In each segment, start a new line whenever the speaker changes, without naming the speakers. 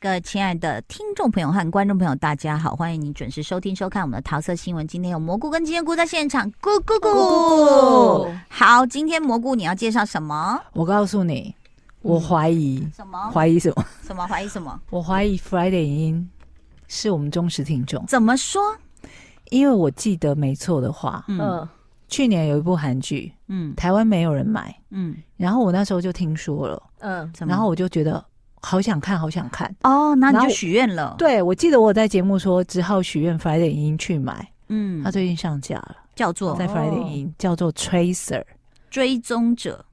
各位亲爱的听众朋友和观众朋友，大家好！欢迎您准时收听、收看我们的桃色新闻。今天有蘑菇跟金针菇在现场，咕咕咕。
咕咕咕
好，今天蘑菇你要介绍什么？
我告诉你，我怀疑，
什么？
怀疑什么？
什么怀疑什么？
嗯 我怀疑 Friday 影音是我们忠实听众，
怎么说？
因为我记得没错的话，
嗯
嗯，
去年有一部韩剧，
嗯
台湾没有人买，
嗯，
然后我那时候就听说了，
嗯，
怎么？
然后我就觉得好想看，好想看。
哦，那你
然
就
后
许愿了。，
对，我记得我在节目说，只好许愿 Friday 影音去买，
嗯，
它最近上架了，
叫做
在 Friday 影音叫做 Tracer，
追踪者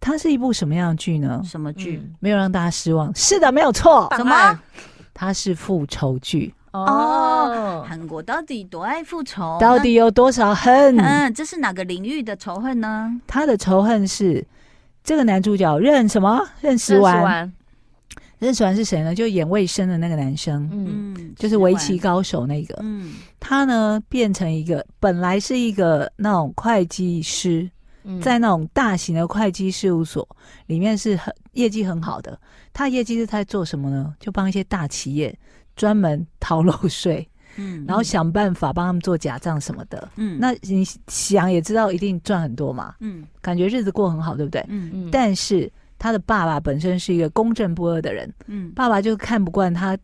它是一部什么样的剧呢？
什么剧？
嗯
没有让大家失望，是的，没有错，
什
档
么
案？
它是复仇剧，
哦
哦，
韩国到底多爱复仇？
到底有多少 恨？
那？嗯，这是哪个领域的仇恨呢？
他的仇恨是这个男主角任什么任时
认识
完，
完，
任时完是谁呢？就演卫生的那个男生，
嗯，
嗯，
就是围棋高手那个。
嗯
他呢变成一个本来是一个那种会计师，
嗯
在那种大型的会计事务所里面是很业绩很好的。他业绩是在做什么呢？就帮一些大企业专门逃漏税，
嗯，
然后想办法帮他们做假账什么的。
嗯
那你想也知道，一定赚很多嘛，
嗯
感觉日子过很好，对不对？
嗯
嗯
但是他的爸爸本身是一个公正不阿的人，
嗯
爸爸就看不惯他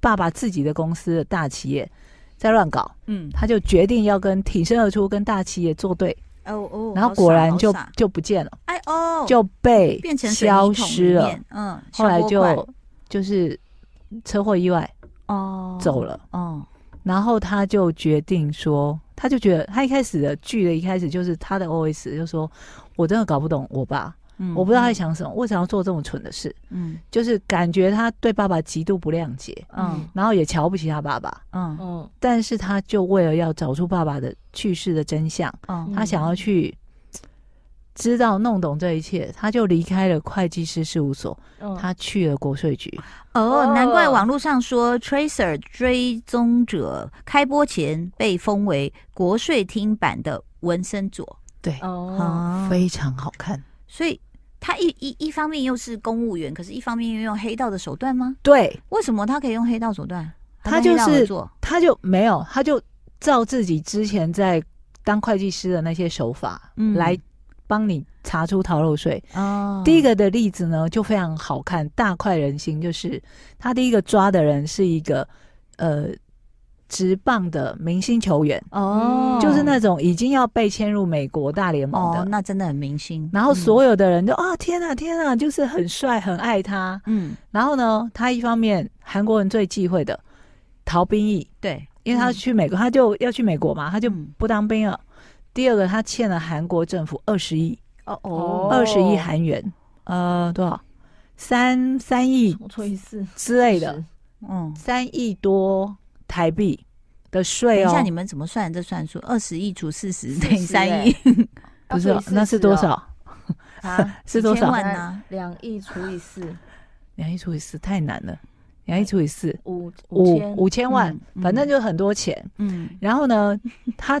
爸爸自己的公司的大企业在乱搞，
嗯，
他就决定要跟挺身而出，跟大企业作对，
哦哦，
然后
好
果
傻
然
好
就
傻
就不见了，
哎哦，
就被
变成水泥
消
桶里
失了
面，，嗯，
后来
消波块
就就是车祸意外
哦
走了，
哦，
然后他就决定说。他就觉得，他一开始的剧的一开始就是他的 OS 就说，我真的搞不懂我爸，
嗯
我不知道他在想什么，为什么要做这么蠢的事？
嗯
就是感觉他对爸爸极度不谅解，
嗯
然后也瞧不起他爸爸，
嗯
嗯
但是他就为了要找出爸爸的去世的真相，
嗯
他想要去知道弄懂这一切，他就离开了会计师事务所，
嗯，
他去了国税局。
哦，
哦
难怪网络上说 Tracer 追踪者开播前被封为国税厅版的文森佐
对，
哦，
啊，
非常好看。
所以。他一一一方面又是公务员，可是一方面又用黑道的手段吗？
对，
为什么他可以用黑道手段？
他就是
做
他就没有，他就照自己之前在当会计师的那些手法、
嗯
来帮你查出逃漏税。
哦
第一个的例子呢，就非常好看，大快人心。就是他第一个抓的人是一个呃直棒的明星球员，
哦，
就是那种已经要被签入美国大联盟的。
哦，那真的很明星。嗯
然后所有的人都、啊天啊天啊，就是很帅，很爱他。
嗯，嗯
然后呢，他一方面韩国人最忌讳的逃兵役，
对，
因为他去美国，他就要去美国嘛，他就
嗯
不当兵了。第二个，他欠了韩国政府二十亿，
哦
哦
二十亿韩元，呃，多少？三三亿
我错一次，
之类的，
嗯，
三亿多台币的
等
税
一
哦。
下你们怎么算这算术？二十亿除四十等于
40
三亿，
不是哦、那是多？少？
啊，
是多
几千
少？
万呢？
两亿除以四，
两亿除以四太难了，两亿除以四
五
五
千，
五千万，
嗯
反正就很多钱。
嗯，
然后呢，他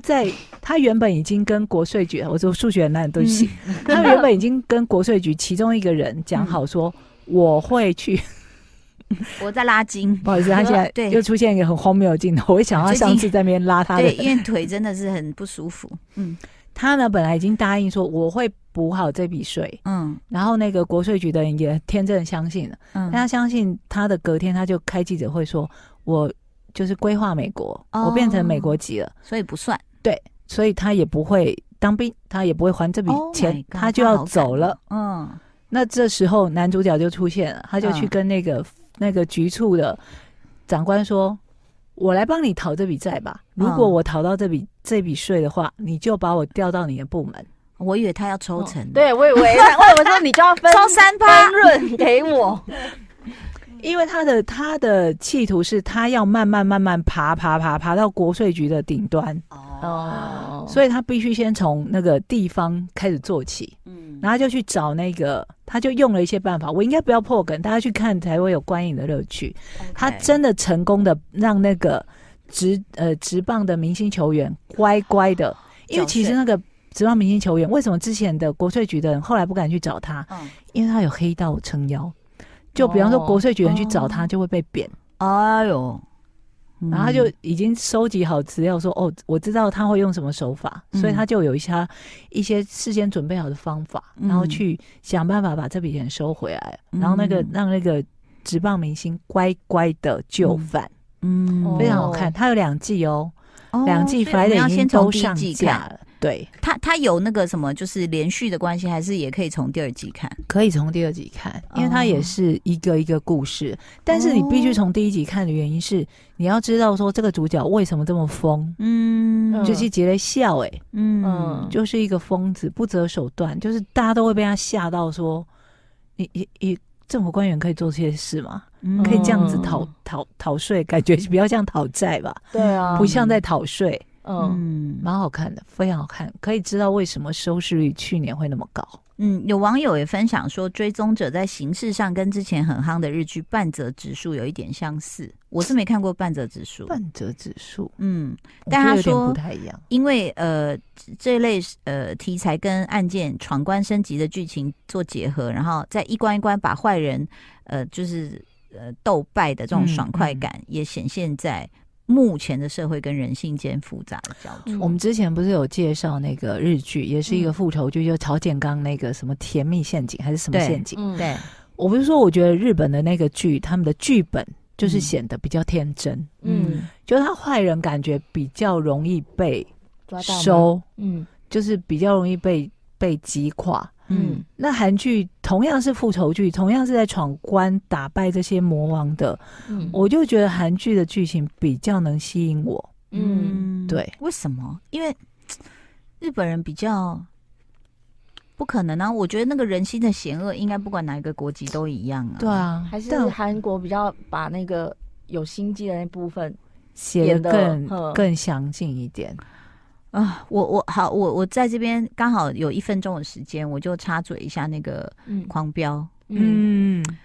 在他原本已经跟国税局，我说数学很烂，对不
嗯
起， 他原本已经跟国税局其中一个人讲好说。
嗯
我会去，，
我在拉筋
不好意思，他现在
对
又出现一个很荒谬的镜头。我想到
最近
上次在那边拉他
对，
的，
因为腿真的是很不舒服。嗯
他呢本来已经答应说我会补好这笔税，
嗯
然后那个国税局的人也天真的相信了，
嗯，
但他相信他的隔天他就开记者会说，我就是规划美国，
哦
我变成美国籍了，
所以不算
所以他也不会当兵，他也不会还这笔
Oh my
钱
God，
他就要走了。
他好感动。
那这时候男主角就出现了，他就去
嗯
跟那个、那个局处的长官说：“我来帮你讨这笔债吧，
嗯
如果我讨到这笔这笔税的话，你就把我调到你的部门。
嗯，我以为他要抽成，，
哦
哦
对我以为，我以为说你就要分
抽三趴
分。润给我，
因为他的他的企图是他要慢慢慢慢爬爬爬爬到国税局的顶端，
哦，
哦，
所以他必须先从那个地方开始做起。
嗯
然后他就去找那个，他就用了一些办法。我应该不要破梗，大家去看才会有观影的乐趣。他真的成功的让那个直呃直棒的明星球员乖乖的，
哦
因为其实那个直棒明星球员为什么之前的国税局的人后来不敢去找他？
嗯
因为他有黑道撑腰，就比方说
哦
国税局人去找
哦
他，就会被扁。
哎呦，嗯
然后他就已经收集好资料说，哦，我知道他会用什么手法，
嗯
所以他就有一些一些事先准备好的方法，
嗯
然后去想办法把这笔钱收回来，然后那个
嗯
让那个职棒明星乖乖的就范，
嗯
非常好
哦
看。他有两季哦，
哦
两季
所以我们
Friday
要
已经
先从
都
第一
上
季
架
看。
了，对，
它它有那个什么，就是连续的关系，还是也可以从第二季看？
可以从第二集看，因为它也是一个一个故事，但是你必须从第一集看的原因是，你要知道说这个主角为什么这么疯，
嗯
就是杰雷笑哎、
嗯
嗯
就是一个疯子，不择手段，就是大家都会被他吓到说，你你你政府官员可以做这些事吗？
嗯
可以这样子讨
嗯
讨讨税，感觉比较像讨债吧，
对啊，
不像在讨税，
嗯，
嗯
蛮好看的，非常好看，可以知道为什么收视率去年会那么高。
嗯，有网友也分享说，《追踪者》在形式上跟之前很夯的日剧《半泽直树》有一点相似。我是没看过《半泽直树》，
半折指数，
嗯，
我
但
觉
他
得有点
说
不太一样。
因为呃这这类呃题材跟案件闯关升级的剧情做结合，然后再一关一关把坏人呃就是呃斗败的这种
嗯
爽快感，也显现在目前的社会跟人性间复杂的交错。
嗯
我们之前不是有介绍那个日剧，也是一个
嗯
复仇剧，就曹建刚那个什么《甜蜜陷阱》还是什么
对
陷阱？
嗯，
对，
我不是说我觉得日本的那个剧，他们的剧本就是
嗯
显得比较天真，
嗯，
就是他坏人感觉比较容易被
抓到吗，
收，
嗯
就是比较容易被被击垮。
嗯
嗯
那韩剧同样是复仇剧，同样是在闯关打败这些魔王的，
嗯，
我就觉得韩剧的剧情比较能吸引我。
嗯，
对，
为什么？因为日本人比较。不可能啊！我觉得那个人心的险恶，应该不管哪一个国籍都一样啊。
对，啊，
还是
但
韩国比较把那个有心机的那部分，
写的
演得
更
嗯
更详尽一点。
啊，我我好，我我在这边刚好有一分钟的时间，我就插嘴一下那个
嗯
狂飙，
嗯，
嗯，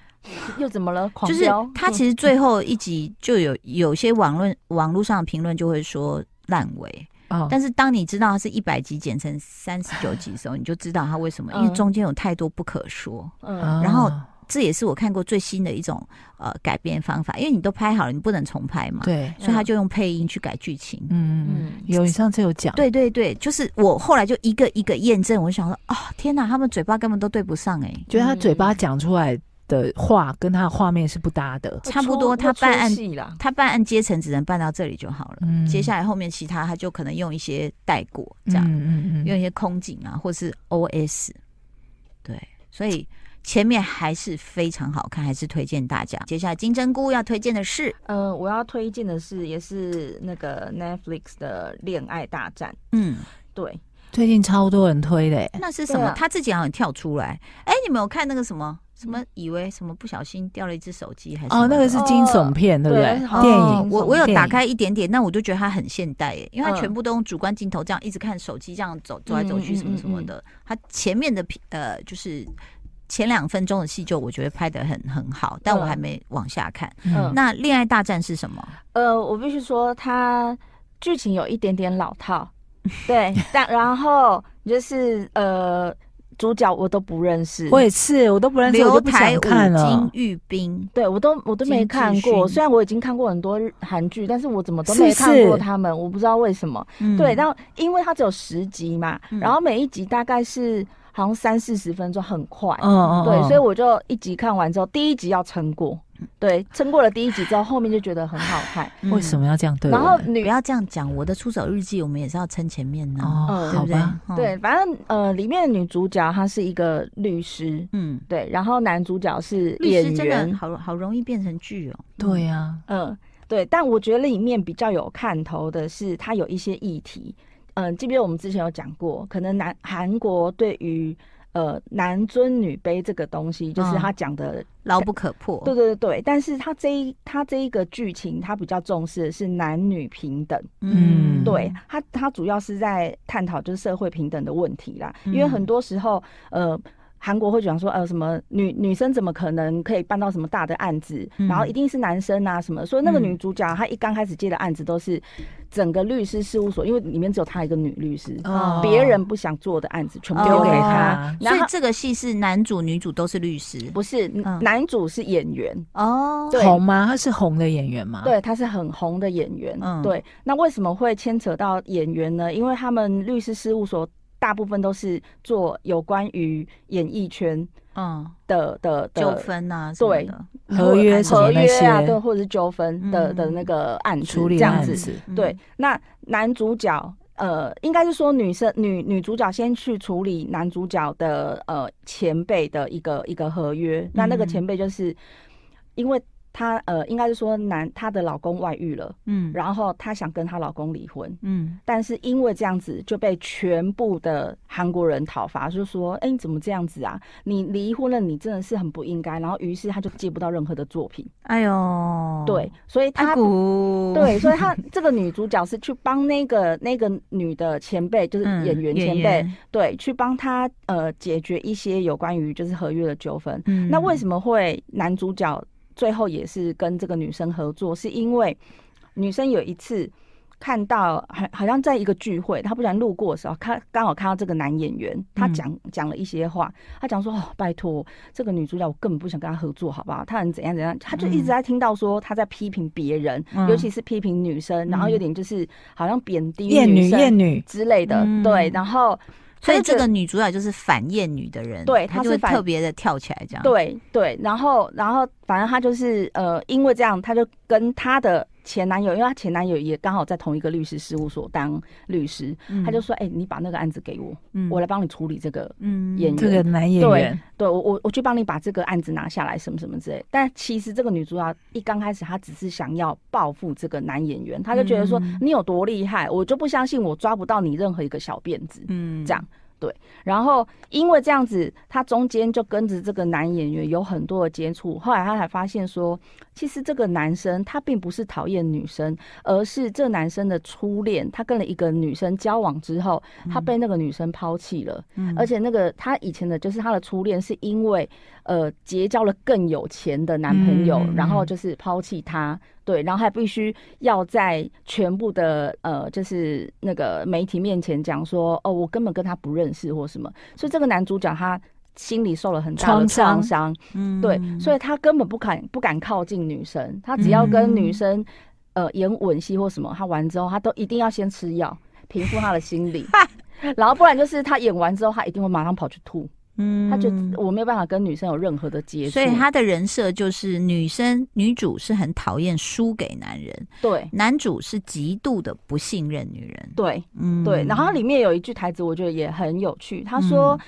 又怎么了？狂
就是
飙嗯
他其实最后一集就有有些网论网络上的评论就会说烂尾，
哦，
但是当你知道它是一百集剪成三十九集的时候，你就知道它为什么，因为
嗯
中间有太多不可说，
啊
嗯
然后这也是我看过最新的一种呃改编方法，因为你都拍好了，你不能重拍嘛，
对，
所以他就用配音去改剧情。
嗯嗯
嗯，
有你上次有讲，
对对对，就是我后来就一个一个验证，我就想说，哦，天哪，他们嘴巴根本都对不上哎、
觉得他嘴巴讲出来的话跟他的画面是不搭的。
差不多他办案
出戏啦，
他办案阶层只能办到这里就好了，
嗯
接下来后面其他他就可能用一些带过这样，
嗯嗯
用
嗯，
一些空警啊，或是 OS，对，所以前面还是非常好看，还是推荐大家。接下来金针菇要推荐的是，
呃，我要推荐的是，也是那个 Netflix 的《恋爱大战》。
嗯，
对，
最近超多人推的欸，
那是什么？
对啊
他自己好像跳出来，哎，你们有看那个什么什么，以为什么不小心掉了一只手机还是什么
哦，
的
那个是惊悚片，对不
对
对？
那是
电
哦
影，
我我有
电
打
影
开一点点，那我就觉得它很现代耶，因为它
嗯
全部都用主观镜头这样一直看手机这样走走来走去
嗯嗯
什么什么的。它前面的片呃就是前两分钟的戏就我觉得拍的很很好，但我还没往下看。
嗯
嗯
那恋爱大战是什么？
呃，我必须说，它剧情有一点点老 套，对，但然后就是呃，主角我都不认识，
我也是，我都不认识，我
刘
都不
台
想
武、
看
金
了。
玉彬，
对我都我都没看
金智
过，
勋
虽然我已经看过很多日韩剧，但是我怎么都
是
没看过
是
他们，我不知道为什么。
嗯
对，但因为它只有十集嘛，
嗯
然后每一集大概是好像三四十分钟，很快。
哦
嗯嗯，
对，
嗯
所以我就一集看完之后，第一集要撑过，对，撑过了第一集之后，后面就觉得很好 看。
嗯
为什么要这样对我
然
们？
后
不
女
要这样讲？我的出走日记我们也是要撑前面呢，
哦，
嗯
对
好
不对
吧，？
嗯，
对，反正呃，里面的女主角她是一个律师，
嗯，
对，然后男主角是
律
演
师真的
员，
好好容易变成剧哦。
对呀，
嗯，对。但我觉得里面比较有看头的是，它有一些议题，嗯，记不记得我们之前有讲过，可能南韩国对于呃男尊女卑这个东西，就是
嗯
他讲的
牢不可破。
对对对对，但是他这一他这一个剧情，他比较重视的是男女平等，
嗯
对他他主要是在探讨就是社会平等的问题啦，
嗯
因为很多时候呃。韩国会讲说，呃，什么女女生怎么可能可以办到什么大的案子？
嗯
然后一定是男生啊什么。所以那个
嗯
女主角她一刚开始接的案子都是整个律师事务所，因为里面只有她一个女律师，嗯
哦
别、人不想做的案子全部
哦
丢给
给
她
她。
所
然
以
后
这个戏是男主女主都是律师
不是、
嗯
男主是演员，
哦，
对
红吗？他是红的演员吗？，
对，他是很红的演员。
嗯
对，那为什么会牵扯到演员呢？因为他们律师事务所大部分都是做有关于演艺圈
嗯，
的的
纠
的
纷啊，
对
的，
合约什么
合
那
约
些
啊，对，或者是纠纷的、
嗯
的那个案子
处理
这样
案
子。
子。
嗯
对，，那男主角。呃，应该是说女生女女主角先去处理男主角的呃前辈的一个一个合约，那那个
嗯
前辈就是因为她呃，应该是说男她的老公外遇了，
嗯
然后她想跟她老公离婚，
嗯，
但是因为这样子就被全部的韩国人讨伐，就说：“哎，你怎么这样子啊？你离婚了，你真的是很不应该。”然后于是她就接不到任何的作品，
哎呦，
对，，所以
阿
她。
古，
对，所以她这个女主角是去帮那个那个女的前辈，就是
嗯，
演员前辈，
员，
对，去帮她呃解决一些有关于就是合约的纠纷。
嗯
那为什么会男主角最后也是跟这个女生合作？是因为女生有一次看到，好好像在一个聚会，她不然路过的时候，看刚好看到这个男演员，他
嗯
讲讲了一些话，他讲说：“哦，拜托，这个女主角我根本不想跟她合作，好不好？她很怎样怎样。”他就一直
嗯
在听到说他在批评别人，
嗯
尤其是批评女生，然后有点就是好像贬低
艳女，
生
艳女，
之类的，
嗯
对，然后。
所以
她就觉
这
得
个女主角就是反厌女的人，
对
她
她
就是会
反
特别的跳起来这样，，
对对，然后然后反正她就是呃，因为这样，她就跟她的前男友，因为她前男友也刚好在同一个律师事务所当律师，她就说：“哎、你把那个案子给我，
嗯
我来帮你处理这个。
嗯
演
这个男演员，
对我我我去帮你把这个案子拿下来，什么什么之类。但其实这个女主角一刚开始，她只是想要报复这个男演员，她就觉得说、
嗯
你有多厉害，我就不相信我抓不到你任何一个小辫子。
嗯
这样然后因为这样子，他中间就跟着这个男演员有很多的接触。后来他才发现说，其实这个男生他并不是讨厌女生，而是这男生的初恋，他跟了一个女生交往之后，他被那个女生抛弃了。
嗯
而且那个他以前的就是他的初恋，是因为呃结交了更有钱的男朋友，
嗯
然后就是抛弃他，对，然后还必须要在全部的呃就是那个媒体面前讲说，哦，我根本跟他不认识或什么，所以这个男主角他心里受了很大的
创伤
创伤，
嗯
对，所
以
以他根本不敢不敢靠近女生，他只要跟
嗯
女生、呃演吻戏或什么，他完之后他都一定要先吃药平复他的心 理，然后不然就是他演完之后他一定会马上跑去吐，
嗯
他觉得我没有办法跟女生有任何的接触，
所以她的人设就是女生女主是很讨厌输给男人，
对
男主是极度的不信任女人。
对
嗯
对，然后它里面有一句台词我觉得也很有趣，他
嗯
说。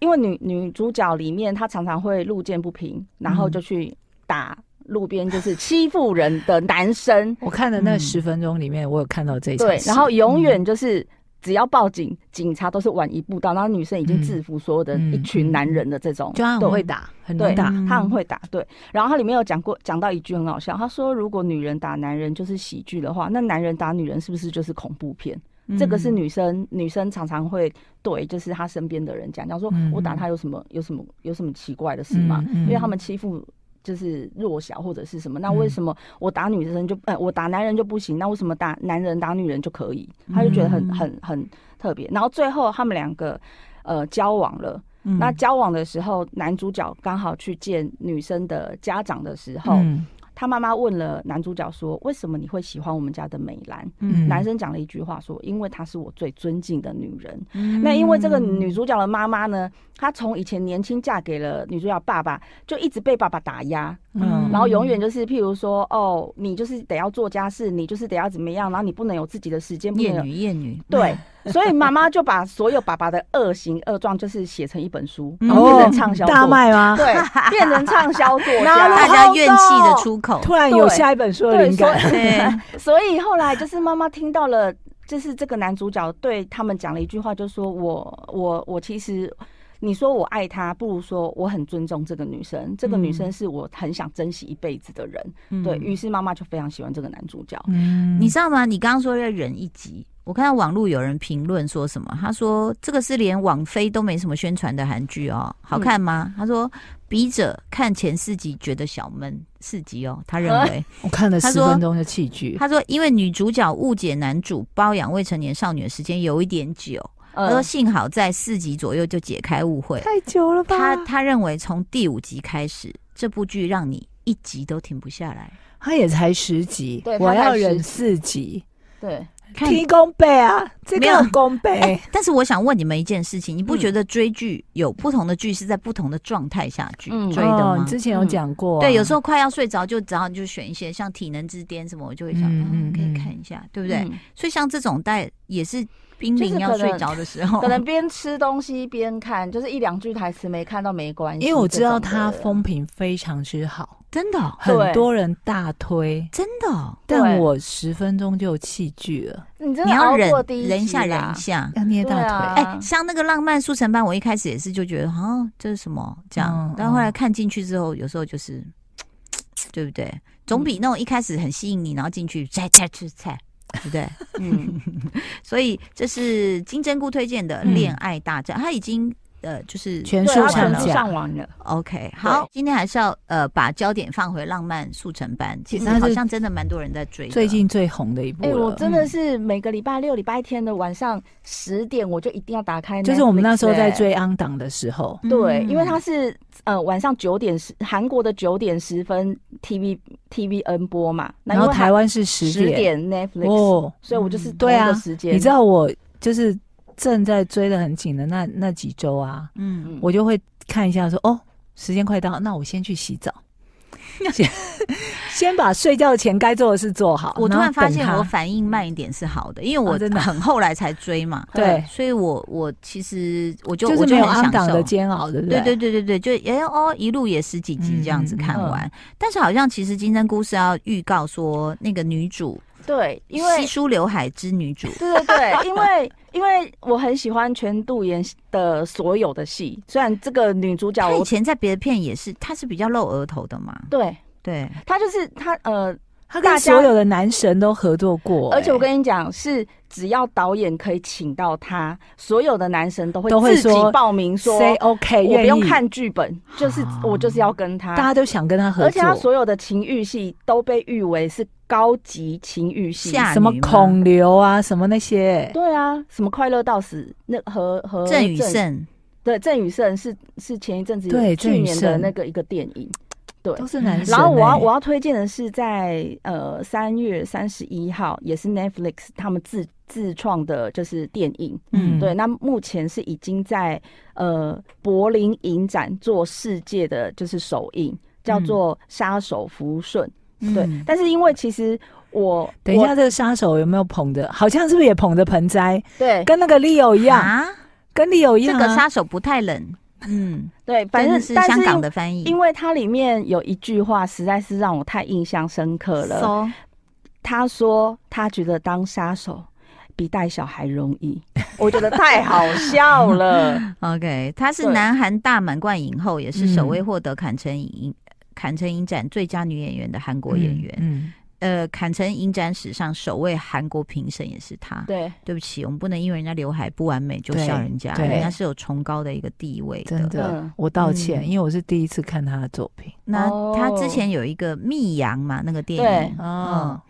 因为女女主角里面，她常常会路见不平，然后
嗯
就去打路边就是欺负人的男 生，
我看的那
嗯
十分钟里面，我有看到这一场
对，
戏
然后
嗯
永远就是只要报警，警察都是晚一步到，然后女生已经制服所有的
嗯
一群男人的这种，
就他
对
很会打，很
对
能打，
嗯
他很会打，对。然后他里面有讲过，讲到一句很好笑，他说如果女人打男人就是喜剧的话，那男人打女人是不是就是恐怖片？
嗯
这个是女生女生常常会对，就是她身边的人讲，讲说
嗯
我打他有什么有什么有什么奇怪的事吗？
嗯嗯嗯
因为他们欺负。就是弱小或者是什么，那为什么我打女生就呃我打男人就不行？那为什么打男人打女人就可以？他就觉得很
嗯
很很特别。然后最后他们两个呃交往了，
嗯
那交往的时候，男主角刚好去见女生的家长的时候，
嗯
他妈妈问了男主角说：“为什么你会喜欢我们家的美兰？”
嗯
男生讲了一句话说：“因为她是我最尊敬的女人。
嗯
那因为这个女主角的妈妈呢，她从以前年轻嫁给了女主角爸爸，就一直被爸爸打压，
嗯
嗯，
然后永远就是譬如说，哦，你就是得要做家事，你就是得要怎么样，然后你不能有自己的时间，不能
厌
有
女厌女，嗯
对， 所以妈妈就把所有爸爸的恶行恶状，就是写成一本书，
嗯
然后变成畅销
哦大
作，
卖吗？
对，变成畅销作
大
哪里
家。
家怨气的出口。
突然有下一本书的
对，
灵
所
感，
对，
以所以后来就是妈妈听到了，就是这个男主角对他们讲了一句话，就说我我我其实。你说我爱她，不如说我很尊重这个女生，这个女
嗯
生是我很想珍惜一辈子的人。
嗯
对于，是妈妈就非常喜欢这个男主角。
嗯
你知道吗？你刚刚说要忍一集，我看到网络有人评论说什么，他说这个是连网飞都没什么宣传的韩剧哦，好看吗？他说笔者看前四集觉得小闷，四集哦，他认为，
我看了
他
十
说
分钟就弃剧，
他说因为女主角误解男主包养未成年少女的时间有一点久，他说
呃，
幸好在四集左右就解开误会，
太久了吧？
他他认为从第五集开始，这部剧让你一集都停不下来。
他也才十集
对，
我
他才
要
十
忍
集
四集，
对，
看
听公倍啊，这
没有
个公倍
哎，，但是我想问你们一件事情，你不
嗯
觉得追剧有不同的剧是在不同的状态下去
嗯
追的吗
哦，你？之前有
嗯
讲过啊，
对，有时候快要睡着，就然后就选一些像《体能之巅》什么，我就会想，嗯，
嗯嗯
可以
嗯
看一下，对不对？
嗯
所以像这种带也是濒
就是
临要
可
睡
能
着的时候，
可能边吃东西边看，就是一两句台词没看到没关系。
因为我知道
这种的
他风评非常之好，
真的哦
很
对
多人大推，
真的哦，
但
对
我十分钟就弃剧了，
你真
你
的
要
熬
忍
过第一
忍一下，
集啦
忍一下。
要捏大
对
腿。
啊
哎、像那个浪漫速成班，我一开始也是就觉得，哦，这是什么这样
嗯，
但后来看进去之后，有时候就是，对不对？总比那种一开始很吸引你，然后进去菜菜吃菜，对 不对？
嗯，
所以这是金针菇推荐的《
嗯
恋爱大战》，他已经呃就是
全
对，
数
他
上
全
了
部上完了。
OK 好，今天还是要呃把焦点放回浪漫速成班，其实
它是
好像真的蛮多人在追的，
最近最红的一部
哎、
了，
我真的是每个礼拜六、礼拜天的晚上十点，我就一定要打开 Netflix 欸、
就是我们那时候在追安档的时候，
嗯
对，因为它是呃晚上九点十，韩国的九点十分 TV TVN 播嘛，那因
然后
为
台湾是十
十
点
点 Netflix，、
哦，
所以我就是
嗯
同
对啊
一个时间、
你知道我就是正在追的很紧的那那几周啊，
嗯，
我就会看一下说哦，时间快到，那我先去洗 澡，先先把睡觉前该做的事做好。
我突然发现
后
我
等它
反应慢一点是好的，因为我
啊真的啊
很后来才追嘛，
对
所以我我其实我就
哎就是
我
没有安
很享
档
受
的煎熬，对不
对
对
对对对对，就也哦一路也十几集这样子看完，但是好像其实《金针菇》是要预告说那个女主，
对，因为
稀疏刘海之女主，
对对对，因为因为我很喜欢全度妍的所有的戏，虽然这个女主角
她以
啊我
前在别的片也是，她是比较露额头的嘛，
对
对，
她就是她呃，
他跟
大家
所有的男神都合作过，
而且我
哎
跟你讲，是只要导演可以请到她，所有的男神都会
都会
自己
说
报名说，
哎 say OK，
我不用
愿意，
看剧本，就是
啊
我就是要跟
大
她。
家都想跟他合作，
而且她所有的情欲戏都被誉为是高级情欲戏。
下
什么
女吗
孔刘啊，什么那些，
对啊，什么快乐到死，那和和
郑宇胜，
对，郑宇胜是是前一阵子有
对郑
去
宇
年的
盛
那个一个电影，对。
都是男神、哎
然后我要我
要
要推荐的是在呃三月三十一号，也是 Netflix 他们自自创的，就是电影。
嗯，
对，那目前是已经在呃柏林影展做世界的就是首映，叫做《杀手福顺》。呃对，
嗯
但是因为其实我
等一
我
下，这个杀手有没有捧着？好像是不是也捧着盆栽，
对
跟那个 Leo 一样，
啊，
跟 Leo 一
这
样、
个
啊。
杀手不太冷，嗯，
对，反正
真的是
但
香港
因
的翻译，
因为它里面有一句话实在是让我太印象深刻了。
So，
他说他觉得当杀手比带小孩容 易，我觉得太好笑了。
OK，她是
对
南韩大满贯影后，也是首
嗯
位获得坎城影坎城影展最佳女演员的韩国演员。
嗯，
呃，坎城影展史上首位韩国评审也是她。
对，
对不起，我们不能因为人家刘海不完美就
对
笑人家，
对
人家是有崇高的一个地位
真
的。
的，
嗯
我道歉，
嗯
因为我是第一次看他的作品。
那
哦
她之前有一个《密阳》嘛，那个电影
对，
哦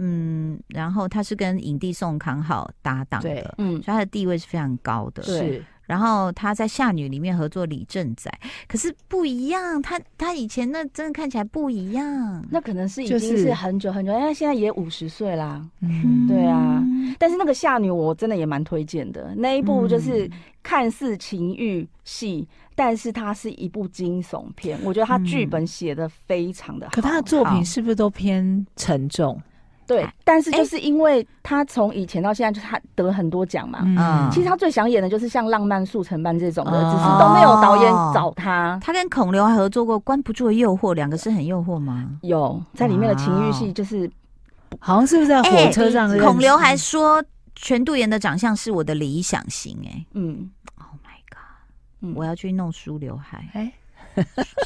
嗯，然后她是跟影帝宋康昊搭档的，
对
所
嗯
以，她的地位是非常高的。
对
是
然后他在《夏女》里面合作李正宰，可是不一样，他他以前那真的看起来不一样。
那可能是已
就
经
是
是很久很久，因为现在也五十岁啦。
嗯，
对啊但是那个夏女我真的也蛮推荐的，那一
嗯
部就是看似情欲戏，但是它是一部惊悚片，我觉得它剧本写的非常的好。
可他的作
好
品是不是都偏沉重？
对，但是
哎
就是因为他从以前到现在，就是他得很多奖嘛。
嗯
其实他最想演的就是像《浪漫速成班》这种的，
哦
只是都没有导演找他。
他跟孔刘还合作过《关不住的诱惑》，两个是很诱惑吗？
有在里面的情欲戏，就是
好像是不是在火车上认识？，
孔刘还说全度妍的长相是我的理想型、哎
嗯，
，Oh my god，
嗯
我要去弄梳刘海
哎，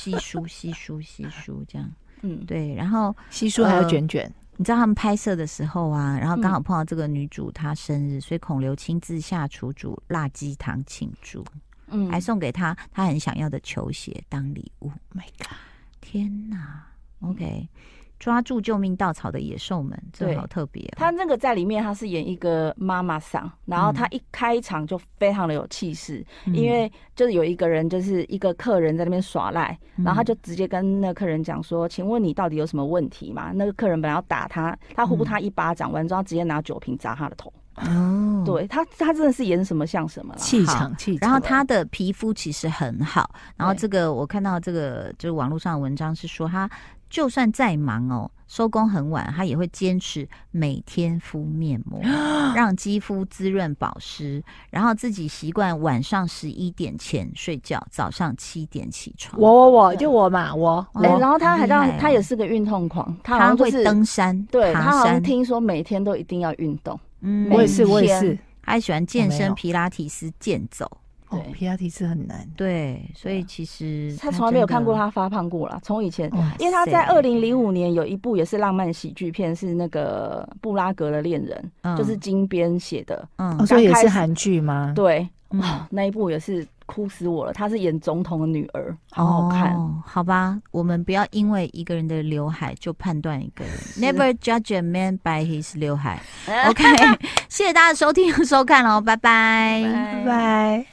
稀疏稀疏稀疏这样。
嗯，
对，然后
稀疏还有卷卷，
你知道他们拍摄的时候啊，然后刚好碰到这个女主她生日，所以孔刘亲自下厨煮辣鸡汤庆祝，
嗯 Oh
还送给她她很想要的球鞋当礼物。
My God，
天哪，OK，抓住救命稻草的野兽们，这
对
好特别、哦。
他那个在里面，他是演一个妈妈桑，然后他一开场就非常的有气势，
嗯
因为就是有一个人，就是一个客人在那边耍赖，
嗯
然后他就直接跟那个客人讲说：“请问你到底有什么问题嘛？”那个客人本来要打他，他
嗯
呼他一巴掌，完之后他直接拿酒瓶砸他的头。
哦，
对他，他真的是演什么像什么啦。
气场气场。
然后她的皮肤其实很好，然后
对
这个我看到这个就是网络上的文章是说，她就算再忙哦，收工很晚，她也会坚持每天敷面 膜，让肌肤滋润保湿，然后自己习惯晚上十一点前睡觉，早上七点起床。
我我我
对
就我嘛，我
哦
哎、
哇
我
然后他还
好
让
厉害哦
他也是个运动狂，他好
她
像就
会
是
登山，
对他
爬
好像
山，
听说每天都一定要运动，
嗯
我也是我也
每
是
天。
她还喜欢健
我没
身、
有
皮拉提斯、健走。
哦
对
，P R T 是很难。
对，所以其实
啊他从来没
嗯
有
真的
看过他发胖过啦，从以前
哇
因为他在
塞
二零零五年有一部也是浪漫喜剧片，是那个布拉格的恋人，
嗯
就是金边写的。
嗯
哦，所以也
刚
是
开始
韩剧吗？
对，
嗯
哇，那一部也是哭死我了。他是演总统的女儿，好好看。
哦。好吧，我们不要因为一个人的刘海就判断一 个人。Never judge a man by his 哦刘海。OK，谢谢大家的收听和收看喽，拜拜
拜
拜拜。